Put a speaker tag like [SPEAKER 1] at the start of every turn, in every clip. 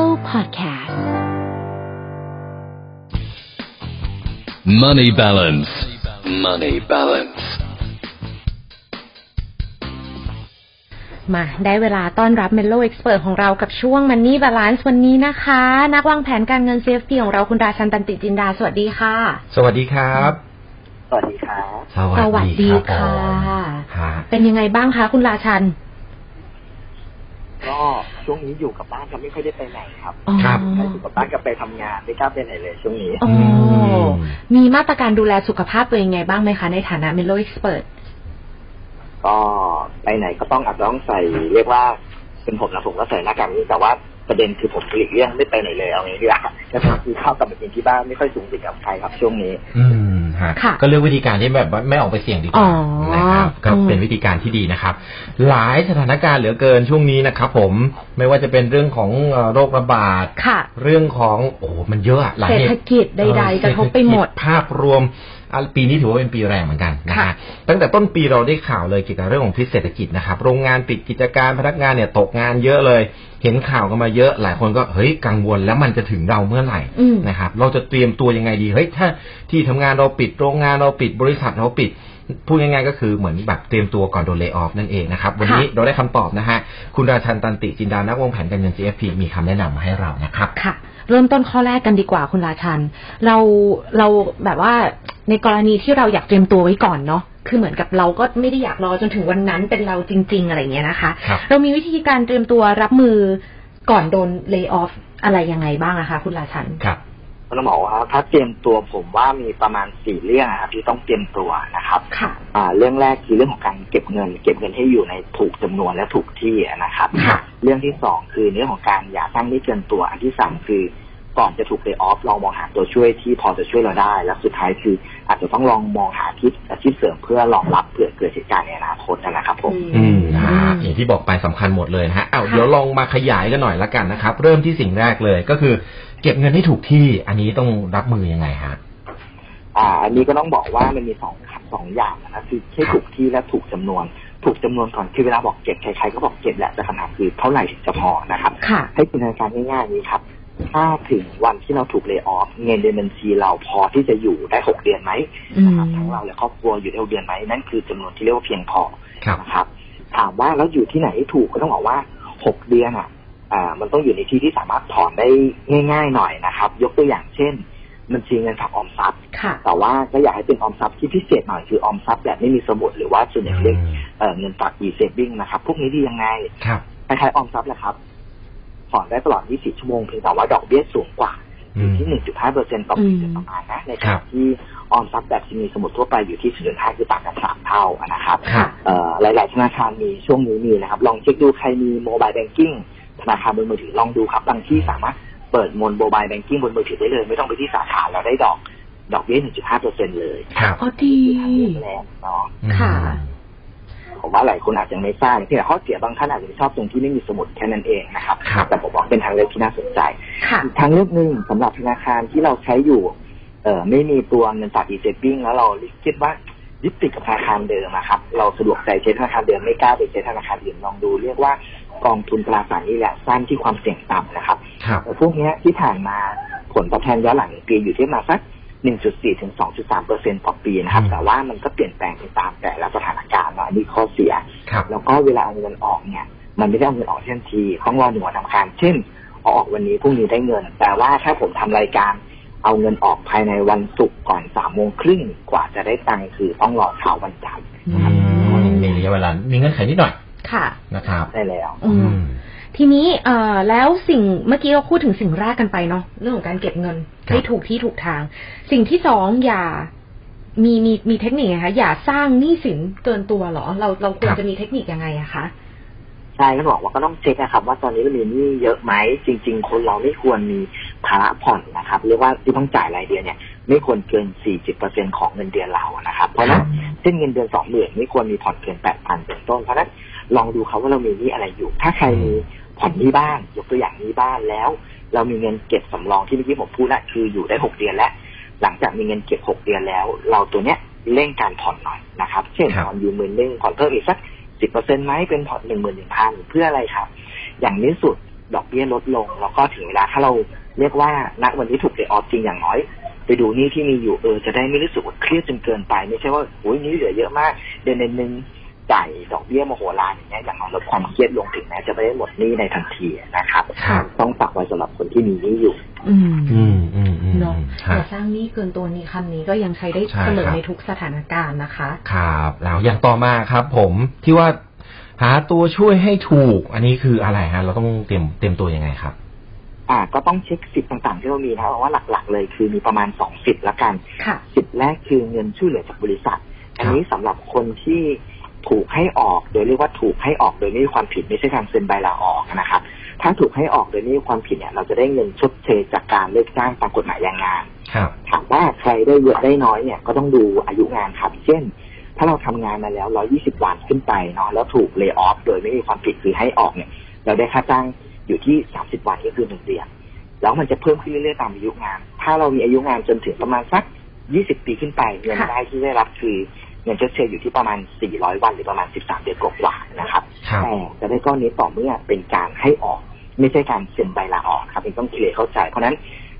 [SPEAKER 1] Podcast
[SPEAKER 2] Money balance. Money balance.
[SPEAKER 1] มาได้เวลาต้อนรับ Mellow Expert ของเรากับช่วง Money Balance วันนี้นะคะ นักวางแผนการเงิน CFP ของเราคุณราชันตันติจินดา สวัสดีค่ะ
[SPEAKER 3] สวัสดีครับ
[SPEAKER 4] สวัสดีครับ
[SPEAKER 3] ส
[SPEAKER 1] สวัสดีค่ะ
[SPEAKER 3] ค่ะ
[SPEAKER 1] เป็นยังไงบ้างคะคุณราชัน
[SPEAKER 4] ก็ช่วงนี้อยู่กับบ้านก็ไม่ค่อยได้ไปไหนครับ
[SPEAKER 1] อ๋อ
[SPEAKER 4] ถ้าอยู่กับบ้านก็ไปทำงานไม่กล้าไปไหนเลยช่วงนี้
[SPEAKER 1] โอ้มีมาตรการดูแลสุขภาพตัวเองไงบ้างไหมคะในฐานะ Mellow Expert
[SPEAKER 4] ก็ไปไหนก็ต้องอาจจะต้องใส่ เรียกว่าเป็นผมนะผมก็ใส่หน้ากากนี้แต่ว่าประเด็นคือผมหลีกเลี่ยงไม่ไปไหนเลยเอางี้ดีกว่าก็ทำคือข้าวกลับมากินที่บ้านไม่ค่อยสูงสิงกับใครครับช่วงนี้
[SPEAKER 3] อืมฮะ
[SPEAKER 1] ค่ะ
[SPEAKER 3] ก็เลือกวิธีการที่แบบว่าไม่ออกไปเสี่ยงดีก
[SPEAKER 1] อ๋
[SPEAKER 3] ว่า
[SPEAKER 1] อ
[SPEAKER 3] นะครับก็
[SPEAKER 1] อืม
[SPEAKER 3] เป็นวิธีการที่ดีนะครับ หลายสถานการณ์เหลือเกินช่วงนี้นะครับผมไม่ว่าจะเป็นเรื่องของเอ่อโรคระบาด
[SPEAKER 1] ค่ะ
[SPEAKER 3] เรื่องของโอ้โหมันเยอะอะหลาย
[SPEAKER 1] เศรษ
[SPEAKER 3] ตุ
[SPEAKER 1] ฐกิจใดๆ
[SPEAKER 3] เออก
[SPEAKER 1] ระทบไปหมด
[SPEAKER 3] เศรษฐกิจภาพรวมอ่ะปีนี้ถือว่าเป็นปีแรงเหมือนกันนะ
[SPEAKER 1] ค่ะ
[SPEAKER 3] ฮะตั้งแต่ต้นปีเราได้ข่าวเลยเกี่ยวกับเรื่องของพิษเศรษฐกิจนะครับ โรงงานปิดกิจการพนักงานเนี่ยตกงานเยอะเลย เห็นข่าวกันมาเยอะหลายคนก็เฮ้ยกังวลแล้วมันจะถึงเราเมื่อไหร่
[SPEAKER 1] อืม
[SPEAKER 3] นะครับเราจะเตรียมตัวยังไงดีเฮ้ยถ้าที่ทำงานเราปิดโรงงานเราปิดบริษัทเราปิด พูดง่ายๆก็คือเหมือนแบบเตรียมตัวก่อนโดนเลิกออฟนั่นเองนะครับ วันนี้เราได้คำตอบนะฮะคุณราชันตันติจินดานักวางแผนการเงิน GFP มีคำแนะนำมาให้เรานะครับ
[SPEAKER 1] ค่ะ เริ่มต้นข้อแรกกันดีกว่าคุณราชัน เราเราแบบว่าในกรณีที่เราอยากเตรียมตัวไว้ก่อนเนาะคือเหมือนกับเราก็ไม่ได้อยากรอจนถึงวันนั้นเป็นเราจริง ๆ อะไรอย่างเงี้ยนะคะ
[SPEAKER 3] ครับ
[SPEAKER 1] เรามีวิธีการเตรียมตัวรับมือก่อนโดนเล y o ออฟอะไรยังไงบ้างนะคะ คุณราชัน
[SPEAKER 3] ครับ
[SPEAKER 4] ก็ต้องบอกว่าถ้าเตรียมตัวผมว่ามีประมาณสี่เรื่องอะครับที่ต้องเตรียมตัวนะครับ
[SPEAKER 1] ค่ะ
[SPEAKER 4] อ่าเรื่องแรกคือเรื่องของการเก็บเงิน เก็บเงินให้อยู่ในถูกจำนวนและถูกที่อะนะครับ
[SPEAKER 3] ครับ
[SPEAKER 4] เรื่องที่สองคือเรื่องของการอย่าตั้งที่เกินตัว อันที่สามคือก่อนจะถูกเลย์ออฟลองมองหาตัวช่วยที่พอจะช่วยเราได้ และสุดท้ายคืออาจจะต้องลองมองหาที่อาชีพเสริมเพื่อรองรับเผื่อเกิดเหตุการณ์ในอนาคตนะครับผม
[SPEAKER 3] อืมนะฮะอย่างที่บอกไปสำคัญหมดเลยนะฮะเอา
[SPEAKER 1] ค่ะ
[SPEAKER 3] เดี๋ยวลองมาขยายกันหน่อยละกันนะครับ เริ่มที่สิ่งแรกเลยก็คือ เก็บเงินให้ถูกที่อันนี้ต้องรับมือยังไงฮะ
[SPEAKER 4] อ่าอันนี้ก็ต้องบอกว่ามันมีสองสองอย่างนะคือให้ถูกที่และถูกจำนวน ถูกจำนวนก่อนคือเวลาบอกเก็บใครๆก็บอกเก็บแหละแต่คำถามคือเท่าไหร่ถึงจะพอนะครับ
[SPEAKER 1] ค่ะ
[SPEAKER 4] ให้จินตนาการง่ายๆนี้ครับ ถ้าถึงวันที่เราถูกเลิกออฟเงินในบัญชีเราพอที่จะอยู่ได้หกเดือนไหม
[SPEAKER 1] อืม
[SPEAKER 4] นะครับทั้งเราและครอบครัวอยู่ได้หกเดือนไหมนั่นคือจำนวนที่เรียกว่าเพียงพอ
[SPEAKER 3] ครับ
[SPEAKER 4] นะครับ ถามว่าแล้วอยู่ที่ไหนถูกก็ต้องบอกว่าหกเดือนอ่ะอ่ามันต้องอยู่ในที่ที่สามารถถอนได้ง่าย ๆ หน่อยนะครับ ยกตัวอย่างเช่น บัญชีเงินฝากออมทรัพย์
[SPEAKER 1] ค่ะ
[SPEAKER 4] แต่ว่าก็อยากให้เป็นออมทรัพย์ที่พิเศษหน่อยคือออมทรัพย์แบบไม่มีสมุดหรือว่าส่วนใหญ่เรียกเอ่อเงินฝาก e saving นะครับพวกนี้ดียังไง
[SPEAKER 3] ครับ
[SPEAKER 4] คล้ายๆออมทรัพย์แหละครับถอนได้ตลอด 24 ชั่วโมงเพียงแต่ว่าดอกเบี้ยสูงกว่า อยู่ที่ 1.5เปอร์เซ็นต์ต่อปี
[SPEAKER 1] อืม
[SPEAKER 4] ประมาณนะในข
[SPEAKER 3] ครั
[SPEAKER 4] ณะ
[SPEAKER 3] บ
[SPEAKER 4] ที่ออมทรัพย์แบบที่มีสมุดทั่วไปอยู่ที่ 0.5 คือต่างกัน 3 เท่าอะนะครับ
[SPEAKER 3] ครับ
[SPEAKER 4] เอ่อหลาย ๆ ธนาคารมีช่วงนี้มีนะครับ ลองเช็คดูใครมีโมบายแบงกิ้งธนาคารบนมือถือลองดูครับ บางที่สามารถเปิดมนโมบายแบงกิ้งบนมือถือได้เลย ไม่ต้องไปที่สาขาแล้วได้ดอกดอกเบี้ย 1.5เปอร์เซ็นต์เลย
[SPEAKER 3] ครับ
[SPEAKER 1] อ๋อดี
[SPEAKER 4] ทางเลือกแรกเนาะ
[SPEAKER 1] ค่ะ
[SPEAKER 4] ผมว่าหลายคนอาจจะไม่ทราบเพียงแต่ข้อเสียบางท่านอาจจะไม่ชอบตรงที่ไม่มีสมุดแค่นั้นเองนะครับ
[SPEAKER 3] ครับ
[SPEAKER 4] แต่ผมบอกเป็นทางเลือกที่น่าสนใจ
[SPEAKER 1] ค่ะ
[SPEAKER 4] อีกทางเลือกหนึ่งสำหรับธนาคารที่เราใช้อยู่ เอ่อไม่มีตัวเงินฝาก e saving แล้วเราคิดว่ายึดติดกับธนาคารเดิมอะครับ เราสะดวกใจใช้ธนาคารเดิมไม่กล้าไปใช้ธนาคารอื่นลองดู เรียกว่ากองทุนตราสารหนี้แหละสั้นที่ความเสี่ยงต่ำนะครับ
[SPEAKER 3] ครับ
[SPEAKER 4] แต่พวกเนี้ยที่ผ่านมาผลตอบแทนย้อนหลังปีอยู่ที่ประมาณสัก 1.4 ถึง 2.3เปอร์เซ็นต์ต่อปีนะครับ
[SPEAKER 3] อืม
[SPEAKER 4] แต่ว่ามันก็เปลี่ยนแปลงไปตามแต่ละสถานการณ์เนาะอันนี่ข้อเสีย
[SPEAKER 3] ครับ
[SPEAKER 4] แล้วก็เวลาเอาเงินออกเนี่ย มันไม่ได้เอาเงินออกทันทีต้องรอหนึ่งวันทำการ เช่นเอาออกวันนี้พรุ่งนี้ได้เงิน แต่ว่าถ้าผมทำรายการ เอาเงินออกภายในวันศุกร์ก่อนสามโมงครึ่งกว่าจะได้ตังค์คือต้องรอเช้าวันจันทร์
[SPEAKER 3] อืมมีระยะเวลา มีเงื่อนไขนิดหน่อย
[SPEAKER 1] ค่ะ
[SPEAKER 3] นะครับ
[SPEAKER 4] ได้แล้ว
[SPEAKER 1] อืม ทีนี้เอ่อแล้วสิ่งเมื่อกี้เราพูดถึงสิ่งแรกกันไปเนาะเรื่องของการเก็บเงิน
[SPEAKER 3] ครับ
[SPEAKER 1] ให้ถูกที่ถูกทาง สิ่งที่สองอย่ามีมีมีเทคนิคไงคะอย่าสร้างหนี้สินเกินตัวเหรอ เราเราควรจะมีเทคนิคยังไงอะคะ
[SPEAKER 4] ใช่ก็บอกว่าก็ต้องเช็คนะครับ ว่าตอนนี้เรามีหนี้เยอะไหมจริง ๆ คนเราไม่ควรมีภาระผ่อนนะครับเรียกว่าที่ต้องจ่ายรายเดือนเนี่ย ไม่ควรเกิน 40%ของเงินเดือนเราอะนะครับ เพราะฉะนั้นเช่นเงินเดือน20,000ไม่ควรมีผ่อนเกิน8,000เป็นต้นเพราะฉะนั้นลองดูครับว่าเรามีหนี้อะไรอยู่ ถ้าใครมีผ่อนหนี้บ้านยกตัวอย่างหนี้บ้านแล้ว เรามีเงินเก็บสำรองที่เมื่อกี้ผมพูดและคืออยู่ได้หกเดือนแล้ว หลังจากมีเงินเก็บหกเดือนแล้ว เราตัวเนี้ยเร่งการผ่อนหน่อยนะครับ เช่น
[SPEAKER 3] ครับ
[SPEAKER 4] ผ่อนอยู่หมื่นหนึ่งผ่อนเพิ่มอีกสัก 10%ไหมเป็นผ่อนหนึ่งหมื่นหนึ่งพันเพื่ออะไรครับ อย่างนี้สุด ดอกเบี้ยลดลง แล้วก็ถึงเวลาถ้าเราเรียกว่าณวันนี้ถูกเลิกออฟจริงอย่างน้อย ไปดูหนี้ที่มีอยู่เออจะได้ไม่รู้สึกว่าเครียดจนเกินไป ไม่ใช่ว่าโอ้ยหนี้เหลือเยอะมาก เดือนหนึ่งจ่ายดอกเบี้ยมโหฬารอย่างเงี้ยอย่างน้อยลดความเครียดลงถึงแม้จะไม่ได้หมดหนี้ในทันทีนะครับ
[SPEAKER 3] ครับ
[SPEAKER 4] ต้องฝากไว้สำหรับคนที่มีหนี้อยู่
[SPEAKER 1] อืม
[SPEAKER 3] อืมอืมอืม
[SPEAKER 1] เนาะ
[SPEAKER 3] ฮะ
[SPEAKER 1] แต่สร้างหนี้เกินตัวนี้คำนี้ก็ยังใช้ได้
[SPEAKER 3] ใช่
[SPEAKER 1] เสมอ
[SPEAKER 3] ครับ
[SPEAKER 1] ในทุกสถานการณ์นะคะ
[SPEAKER 3] ครับแล้วอย่างต่อมาครับ ผมที่ว่าหาตัวช่วยให้ถูก อันนี้คืออะไรฮะ เราต้องเตรียมเตรียมตัวยังไงครับ
[SPEAKER 4] อ่าก็ต้องเช็คสิทธิ์ต่างๆ ที่เรามีนะครับเพราะว่าหลักๆ เลยคือมีประมาณสองสิทธิ์ละกัน
[SPEAKER 1] ค่ะ
[SPEAKER 4] สิทธิ์แรกคือเงินช่วยเหลือจากบริษัท อันนี้สำหรับคนที่ถูกให้ออก โดยเรียกว่าถูกให้ออกโดยไม่มีความผิดไม่ใช่การเซ็นใบลาออกนะครับ ถ้าถูกให้ออกโดยไม่มีความผิดเนี่ย เราจะได้เงินชดเชยจากการเลิกจ้างตามกฎหมายแรงงาน
[SPEAKER 3] ครับ
[SPEAKER 4] ถามว่าใครได้เยอะได้น้อยเนี่ยก็ต้องดูอายุงานครับ เช่น ถ้าเราทำงานมาแล้ว 120 วันขึ้นไปเนาะแล้วถูกเลิกออฟโดยไม่มีความผิดคือให้ออกเนี่ย เราได้ค่าจ้างอยู่ที่ 30 วันก็คือหนึ่งเดือนแล้วมันจะเพิ่มขึ้นเรื่อยๆตามอายุงาน ถ้าเรามีอายุงานจนถึงประมาณสัก 20 ปีขึ้นไปเงิน
[SPEAKER 1] ค่ะ
[SPEAKER 4] ได้ที่ได้รับคือเงินชดเชยอยู่ที่ประมาณ 400 วันหรือประมาณ 13 เดือนกว่าๆนะครับ
[SPEAKER 3] ครับ
[SPEAKER 4] แต่จะได้ก้อนนี้ต่อเมื่อเป็นการให้ออก ไม่ใช่การเซ็นใบลาออกครับนี่ต้องเคลียร์เข้าใจ เพราะฉะนั้น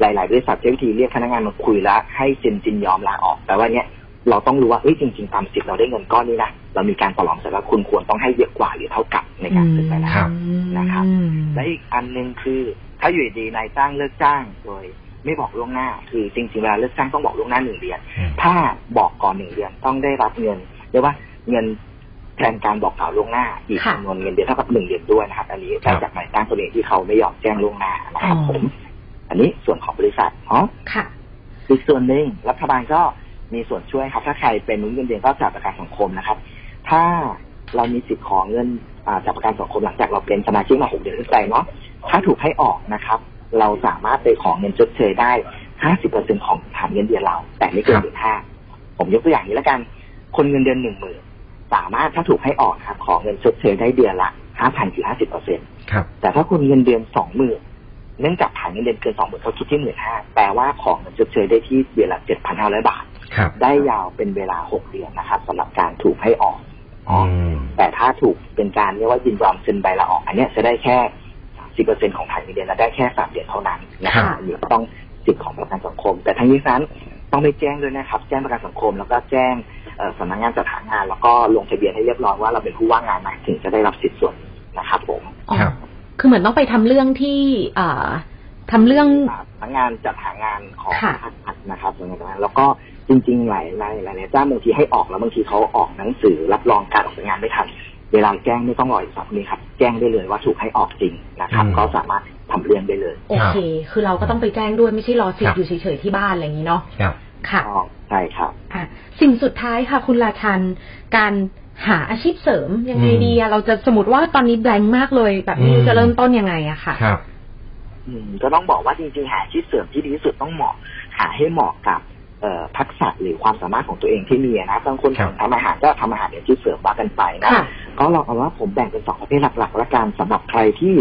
[SPEAKER 4] หลาย ๆ บริษัทใช้วิธีเรียกพนักงานมาคุยแล้วให้เซ็นจินยอมลาออก แต่ว่าเนี้ยเราต้องรู้ว่าเอ้ยจริง ๆ ตามสิทธิ์เราได้เงินก้อนนี้นะเรามีการต่อรองแต่ว่าคุณควรต้องให้เยอะกว่าหรือเท่ากับในการเซ็นใบลาอ
[SPEAKER 3] ครั
[SPEAKER 4] อก
[SPEAKER 3] บ
[SPEAKER 4] นะครับ
[SPEAKER 1] อืม
[SPEAKER 4] และอีกอันหนึ่งคือถ้าอยู่ดีๆนายจ้างเลิกจ้างโดยไม่บอกล่วงหน้า คือจริงๆเวลาเลิกจ้างต้องบอกล่วงหน้าหนึ่งเดือน
[SPEAKER 3] อืม
[SPEAKER 4] ถ้าบอกก่อนหนึ่งเดือนต้องได้รับเงินเรียกว่าเงินแทนการบอกกล่าวล่วงหน้าอีก
[SPEAKER 1] ค่ะ
[SPEAKER 4] จำนวนเงินเดือนเท่ากับหนึ่งเดือนด้วยนะครับ อันนี้
[SPEAKER 3] ครั
[SPEAKER 4] ได้
[SPEAKER 3] บ
[SPEAKER 4] จากนายจ้างตัวเองที่เขาไม่ยอมแจ้งล่วงหน้านะครับ
[SPEAKER 1] อ๋อ
[SPEAKER 4] ผม อันนี้ส่วนของบริษัทเนาะ
[SPEAKER 1] ค่ะ
[SPEAKER 4] อีกส่วนหนึ่งรัฐบาลก็มีส่วนช่วยครับ ถ้าใครเป็นมนุษย์เงินเดือนก็จากประกันสังคมนะครับ ถ้าเรามีสิทธิ์ของเงินอ่าจากประกันสังคมหลังจากเราเป็นสมาชิกมาหกเดือนขึ้นไปเนาะถ้าถูกให้ออกนะครับ เราสามารถไปของเงินชดเชยได้ 50%ของฐานเงินเดือนเรา แต่ไม่เกินหมื่นห้าผมยกตัวอย่างนี้แล้วกัน คนเงินเดือนหนึ่งหมื่นสามารถถ้าถูกให้ออกครับ ของเงินชดเชยได้เดือนละห้าพันคือห้าสิบเปอร์เซ็นต
[SPEAKER 3] ครับ
[SPEAKER 4] แต่ถ้าคุณเงินเดือนสองหมื่นเนื่องจากฐานเงินเดือนเกินสองหมื่นเขาคิดที่หมื่นห้าแปลว่าของเงินชดเชยได้ที่เดือนละเจ็ดพันห้าร้อยบาท
[SPEAKER 3] ครับ
[SPEAKER 4] ได้ยาวเป็นเวลาหกเดือนนะครับสำหรับการถูกให้ออก
[SPEAKER 3] อืม
[SPEAKER 4] แต่ถ้าถูกเป็นการเรียกว่ายินยอมเซ็นใบลาออก อันเนี้ยจะได้แค่สิบเปอร์เซ็นของฐานเงินเดือนและได้แค่สามเดือนเท่านั้นนะครั
[SPEAKER 1] ครับ บ
[SPEAKER 4] อันนี้ก็ต้องสิทธิ์ของประกันสังคม แต่ทั้งนี้ทั้งนั้นต้องไปแจ้งด้วยนะครับ แจ้งประกันสังคมแล้วก็แจ้งเอ่อสำนักงานจัดหางาน แล้วก็ลงทะเบียนให้เรียบร้อยว่าเราเป็นผู้ว่างงานนะถึงจะได้รับสิทธิ์ส่วนนี้นะครับผม
[SPEAKER 1] อ๋อ
[SPEAKER 3] ครับ
[SPEAKER 1] คือเหมือนต้องไปทำเรื่องที่เอ่อทำเรื่อง
[SPEAKER 4] พนักงานจัดหางานของ
[SPEAKER 1] ค่ะ
[SPEAKER 4] ภาครัฐนะครับส่วนงานแล้วก็จริงๆหลายหลายหลายหลายเจ้าบางทีให้ออกแล้วบางทีเขาออกหนังสือรับรองการออกจากงานไม่ทันเวลาแจ้งไม่ต้องรออีกสัปดาห์นี้ครับแจ้งได้เลยว่าถูกให้ออกจริงนะครับ
[SPEAKER 3] อืม
[SPEAKER 4] ก็สามารถทำเรื่องได้เลย
[SPEAKER 1] โอเค คือเราก็ต้องไปแจ้งด้วยไม่ใช่รอสิท
[SPEAKER 3] ครั
[SPEAKER 1] ธิ์
[SPEAKER 3] บ
[SPEAKER 1] อยู่เฉยๆที่บ้านอะไรอย่างนี้เนาะ
[SPEAKER 3] ครับ
[SPEAKER 1] ค่ะ
[SPEAKER 4] อ๋อใช่ครับ
[SPEAKER 1] อ่ะสิ่งสุดท้ายค่ะ คุณราชัน การหาอาชีพเสริมยังไง
[SPEAKER 3] อืม
[SPEAKER 1] ดีอะเราจะสมมติว่าตอนนี้แบงค์มากเลย แบบไม่
[SPEAKER 3] อื
[SPEAKER 1] รู้
[SPEAKER 3] ม
[SPEAKER 1] จะเริ่มต้นยังไงอะค่ะ
[SPEAKER 3] ครับ
[SPEAKER 4] อืมก็ต้องบอกว่าจริงๆหาอาชีพเสริมที่ดีที่สุดต้องเหมาะหาให้เหมาะกับเอ่อทักษะหรือความสามารถของตัวเองที่มีอะนะบางคน
[SPEAKER 3] ครับ
[SPEAKER 4] ทำอาหารก็ทำอาหารเป็นอาชีพเสริมว่ากันไปนะ
[SPEAKER 1] ค่ะ
[SPEAKER 4] ก็ลองเอาว่าผมแบ่งเป็นสองประเภทหลักๆละกันสำหรับใครที่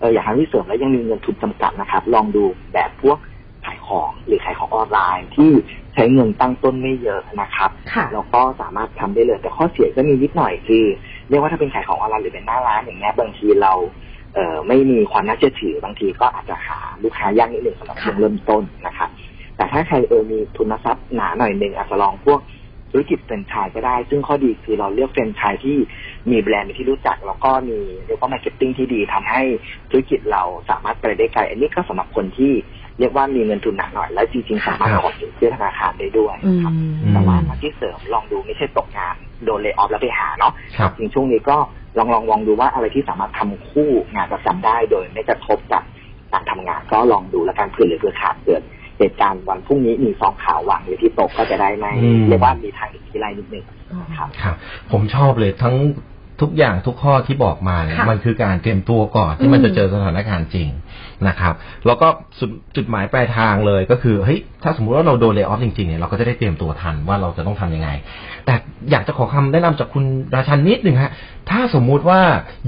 [SPEAKER 4] เอออยากหาวิเสริมและยังมีเงินทุนจำกัดนะครับ ลองดูแบบพวกขายของหรือขายของออนไลน์ที่ใช้เงินตั้งต้นไม่เยอะนะครับ
[SPEAKER 1] ค่ะ
[SPEAKER 4] แล้วก็สามารถทำได้เลย แต่ข้อเสียก็มีนิดหน่อยคือเรียกว่าถ้าเป็นขายของออนไลน์หรือเป็นหน้าร้านอย่างเงี้ยบางทีเราเออไม่มีความน่าเชื่อถือบางทีก็อาจจะหาลูกค้ายากนิดหนึ่งสำหรับ
[SPEAKER 1] ค่ะ
[SPEAKER 4] ช่วงเริ่มต้นนะครับ แต่ถ้าใครเออมีทุนทรัพย์หนาหน่อยหนึ่งอาจจะลองพวก ธุรกิจเป็นไชายก็ได้ ซึ่งข้อดีคือเราเลือกเป็นไชายที่มีแบรนด์เป็นที่รู้จัก แล้วก็มีเรียกว่ามาร์เก็ตติ้งที่ดีทำให้ธุรกิจเราสามารถไปได้ไกล อันนี้ก็สำหรับคนที่เรียกว่ามีเงินทุนหนาหน่อย และจริงๆสามารถ
[SPEAKER 3] ครับ
[SPEAKER 4] ขอสินเชื่อธนาคารได้ด้วย
[SPEAKER 1] อืม
[SPEAKER 4] ครับ
[SPEAKER 3] อืม
[SPEAKER 4] แต่ว่าอาชีพเสริมลองดูไม่ใช่ตกงานโดนเลย์ออฟแล้วไปหาเนาะ
[SPEAKER 3] ครับ
[SPEAKER 4] จริงๆช่วงนี้ก็ลองลองลองดูว่าอะไรที่สามารถทำคู่งานประจำได้โดยไม่กระทบกับการทำงาน ก็ลองดูแล้วกันเผื่อเหรือเผื่อขาดเกิดเหตุการณ์วันพรุ่งนี้มีซองขาววางหรือที่ตกก็จะได้ไม่
[SPEAKER 3] อืม
[SPEAKER 4] เรียกว่ามีทางอีกทีไรนิดหนึงครับ
[SPEAKER 3] ครับ ผมชอบเลยทั้งทุกอย่างทุกข้อที่บอกมาเนี่ย
[SPEAKER 1] ค่ะ
[SPEAKER 3] มันคือการเตรียมตัวก่อนที่มัน
[SPEAKER 1] อืม
[SPEAKER 3] จะเจอสถานการณ์จริงนะครับ แล้วก็สุดจุดหมายปลายทางเลยก็คือเฮ้ยถ้าสมมุติว่าเราโดนเล y o ออฟจริงๆเนี่ยเราก็จะได้เตรียมตัวทันว่าเราจะต้องทำยังไง แต่อยากจะขอคำแนะนำจากคุณราชันนิดหนึ่งฮะถ้าสมมุติว่า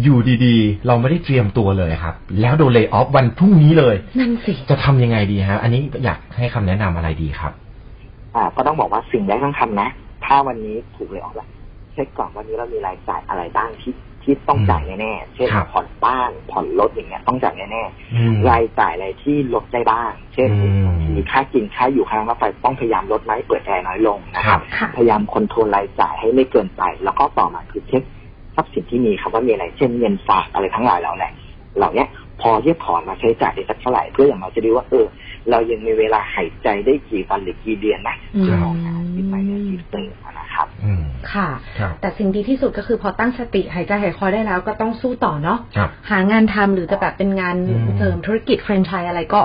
[SPEAKER 3] อยู่ดีๆ เราไม่ได้เตรียมตัวเลยครับ แล้วโดนเล y o ออฟวันพรุ่งนี้เลย
[SPEAKER 1] นั่นสิ
[SPEAKER 3] จะทำยังไงดีฮะอันนี้อยากให้คำแนะนำอะไรดีครับ
[SPEAKER 4] อ่าก็ต้องบอกว่าสิ่งแรกต้องทำนะ ถ้าวันนี้ถูกเลยออกแล้วเช็คก่อนวันนี้เรามีรายจ่ายอะไรบ้างที่ ที่ต้องจ่ายแน่ๆเช่น
[SPEAKER 3] ครับ
[SPEAKER 4] ผ่อนบ้านผ่อนรถอย่างเงี้ยต้องจ่ายแน่
[SPEAKER 3] อืม
[SPEAKER 4] ๆรายจ่ายอะไรที่ลดได้บ้าง เช่น
[SPEAKER 3] อืม
[SPEAKER 4] บางทีค่ากินค่าอยู่ค่าน้ำค่าไฟต้องพยายามลดไหมเปิดแอร์น้อยลงนะ
[SPEAKER 3] ค
[SPEAKER 4] ค
[SPEAKER 3] รั
[SPEAKER 4] รั
[SPEAKER 3] บบ
[SPEAKER 1] ค่ะ
[SPEAKER 4] พยายามคอนโทรลรายจ่ายให้ไม่เกินไป แล้วก็ต่อมาคือเช็คทรัพย์สินที่มีครับว่ามีอะไรเช่นเงินฝากอะไรทั้งหลายเหล่านั้นเหล่าเนี้ยพอที่จะถอนมาใช้จ่ายได้สักเท่าไหร่เพื่ออย่างน้อยจะได้ว่าเออ เรายังมีเวลาหายใจได้กี่วันหรือกี่เดือนนะ
[SPEAKER 1] อืม
[SPEAKER 4] จะมองหาชีวิตใหม่ในชีวิตเติมนะครับ
[SPEAKER 3] อืม
[SPEAKER 1] ค่ะ
[SPEAKER 3] ครับ
[SPEAKER 1] แต่สิ่งดีที่สุดก็คือพอตั้งสติหายใจหายคอได้แล้วก็ต้องสู้ต่อเนาะ
[SPEAKER 3] ครับ
[SPEAKER 1] หางานทำหรือจะแบบเป็นงาน
[SPEAKER 3] อืม
[SPEAKER 1] เสริมธุรกิจแฟรนไชส์อะไรก็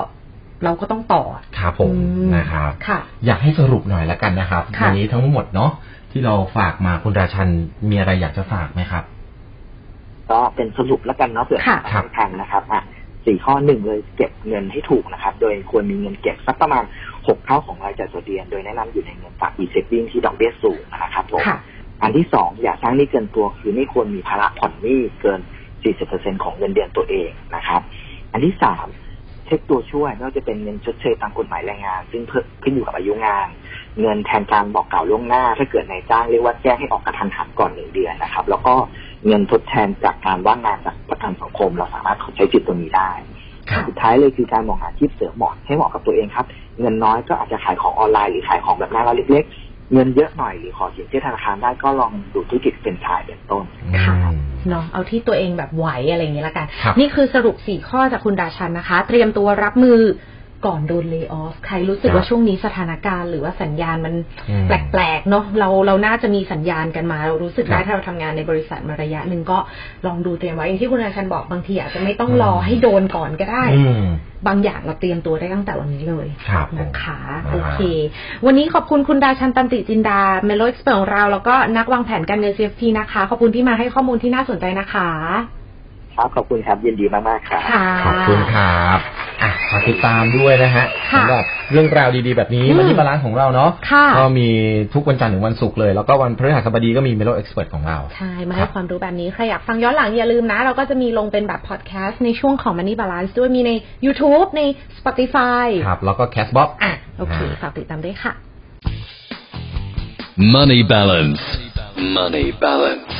[SPEAKER 1] เราก็ต้องต่อ
[SPEAKER 3] ครับผม
[SPEAKER 1] อื
[SPEAKER 3] นะครับ
[SPEAKER 1] ค่ะ
[SPEAKER 3] อยากให้สรุปหน่อยละกันนะครับ
[SPEAKER 1] ค่ะ
[SPEAKER 3] วันนี้ทั้งหมดเนาะที่เราฝากมาคุณราชันมีอะไรอยากจะฝากไหมครับ
[SPEAKER 4] ก็เป็นสรุปแล้วกันเนาะเผื่อ
[SPEAKER 1] ค่ะ
[SPEAKER 3] ครับ
[SPEAKER 4] ไม่ทันนะครับอ่ะสี่ข้อหนึ่งเลยเก็บเงินให้ถูกนะครับ โดยควรมีเงินเก็บสักประมาณหกเท่าของรายจ่ายต่อเดือน โดยแนะนำอยู่ในเงินฝาก e saving ที่ดอกเบี้ยสูงนะครับผม
[SPEAKER 1] ค่ะ
[SPEAKER 4] อันที่สองอย่าสร้างหนี้เกินตัวคือไม่ควรมีภาระผ่อนหนี้เกิน 40%ของเงินเดือนตัวเองนะครับ อันที่สามเช็คตัวช่วยไม่ว่าจะเป็นเงินชดเชยตามกฎหมายแรงงาน ซึ่งเพิ่มขึ้นอยู่กับอายุงาน เงินแทนการบอกกล่าวล่วงหน้า ถ้าเกิดนายจ้างเรียกว่าแจ้งให้ออกกระทันหันก่อนหนึ่งเดือนนะครับ แล้วก็เงินทดแทนจากการว่างงานจากประกันสังคม เราสามารถใช้สิทธิ์ตรงนี้ได้
[SPEAKER 3] ครับ
[SPEAKER 4] สุดท้ายเลยคือการมองหาอาชีพเสริมเหมาะให้เหมาะกับตัวเองครับ เงินน้อยก็อาจจะขายของออนไลน์หรือขายของแบบหน้าร้านเล็กๆ เงินเยอะหน่อยหรือขอสินเชื่อธนาคารได้ก็ลองดูธุรกิจเป็นชายเป็นต้น
[SPEAKER 1] ค่ะ เนาะเอาที่ตัวเองแบบไหวอะไรอย่างเงี้ยละกัน
[SPEAKER 3] ครับ
[SPEAKER 1] นี่คือสรุปสี่ข้อจากคุณดาชันนะคะ เตรียมตัวรับมือก่อนโดนเล y o อ f ใครรู้สึก
[SPEAKER 3] ครับ
[SPEAKER 1] ว่าช่วงนี้สถานการณ์หรือว่าสัญญาณมัน
[SPEAKER 3] อืม
[SPEAKER 1] แปลกๆเนาะเราเราน่าจะมีสัญญาณกันมาเรารู้สึกได้
[SPEAKER 3] ครับ
[SPEAKER 1] ถ้าเราทำงานในบริษัทมาระยะหนึ่งก็ลองดูเตรียมไว้อย่างที่คุณดาชันบอกบางทีอาจจะไม่ต้องรอ
[SPEAKER 3] อืม
[SPEAKER 1] ให้โดนก่อนก็ได้
[SPEAKER 3] อืม
[SPEAKER 1] บางอย่างเราเตรียมตัวได้ตั้งแต่วันนี้เลย
[SPEAKER 3] ครับผม
[SPEAKER 1] นะคะ
[SPEAKER 3] อ่า
[SPEAKER 1] โอเค วันนี้ขอบคุณคุณดาชันตันติจินดาเมโลเอ็กซ์เพรของเรา แล้วก็นักวางแผนการเงิน CFP นะคะ ขอบคุณที่มาให้ข้อมูลที่น่าสนใจนะคะ
[SPEAKER 4] ครับขอบคุณครับยินดีมากๆครับ
[SPEAKER 1] ค่ะ
[SPEAKER 3] ขอบคุณครับอ่ะฝากติดตามด้วยนะฮะ
[SPEAKER 1] ค่ะ
[SPEAKER 3] สำหรับเรื่องราวดีๆ แบบนี้
[SPEAKER 1] อืม
[SPEAKER 3] มันที่บาลานซ์ของเราเนาะ
[SPEAKER 1] ค่ะ
[SPEAKER 3] ก็มีทุกวันจันทร์ถึงวันศุกร์เลย แล้วก็วันพฤหัสบดีก็มีเมโลเอ็กซ์เพรสของเรา
[SPEAKER 1] ใช่ มาให้ความรู้แบบนี้ ใครอยากฟังย้อนหลังอย่าลืมนะ เราก็จะมีลงเป็นแบบพอดแคสต์ในช่วงของ Money Balance ด้วยมีใน YouTube ใน Spotify
[SPEAKER 3] ครับ แล้วก็แคสบ็อก
[SPEAKER 1] อ่ะโอเคฝากติดตามด้วยค่ะ
[SPEAKER 2] Money balance. Money balance.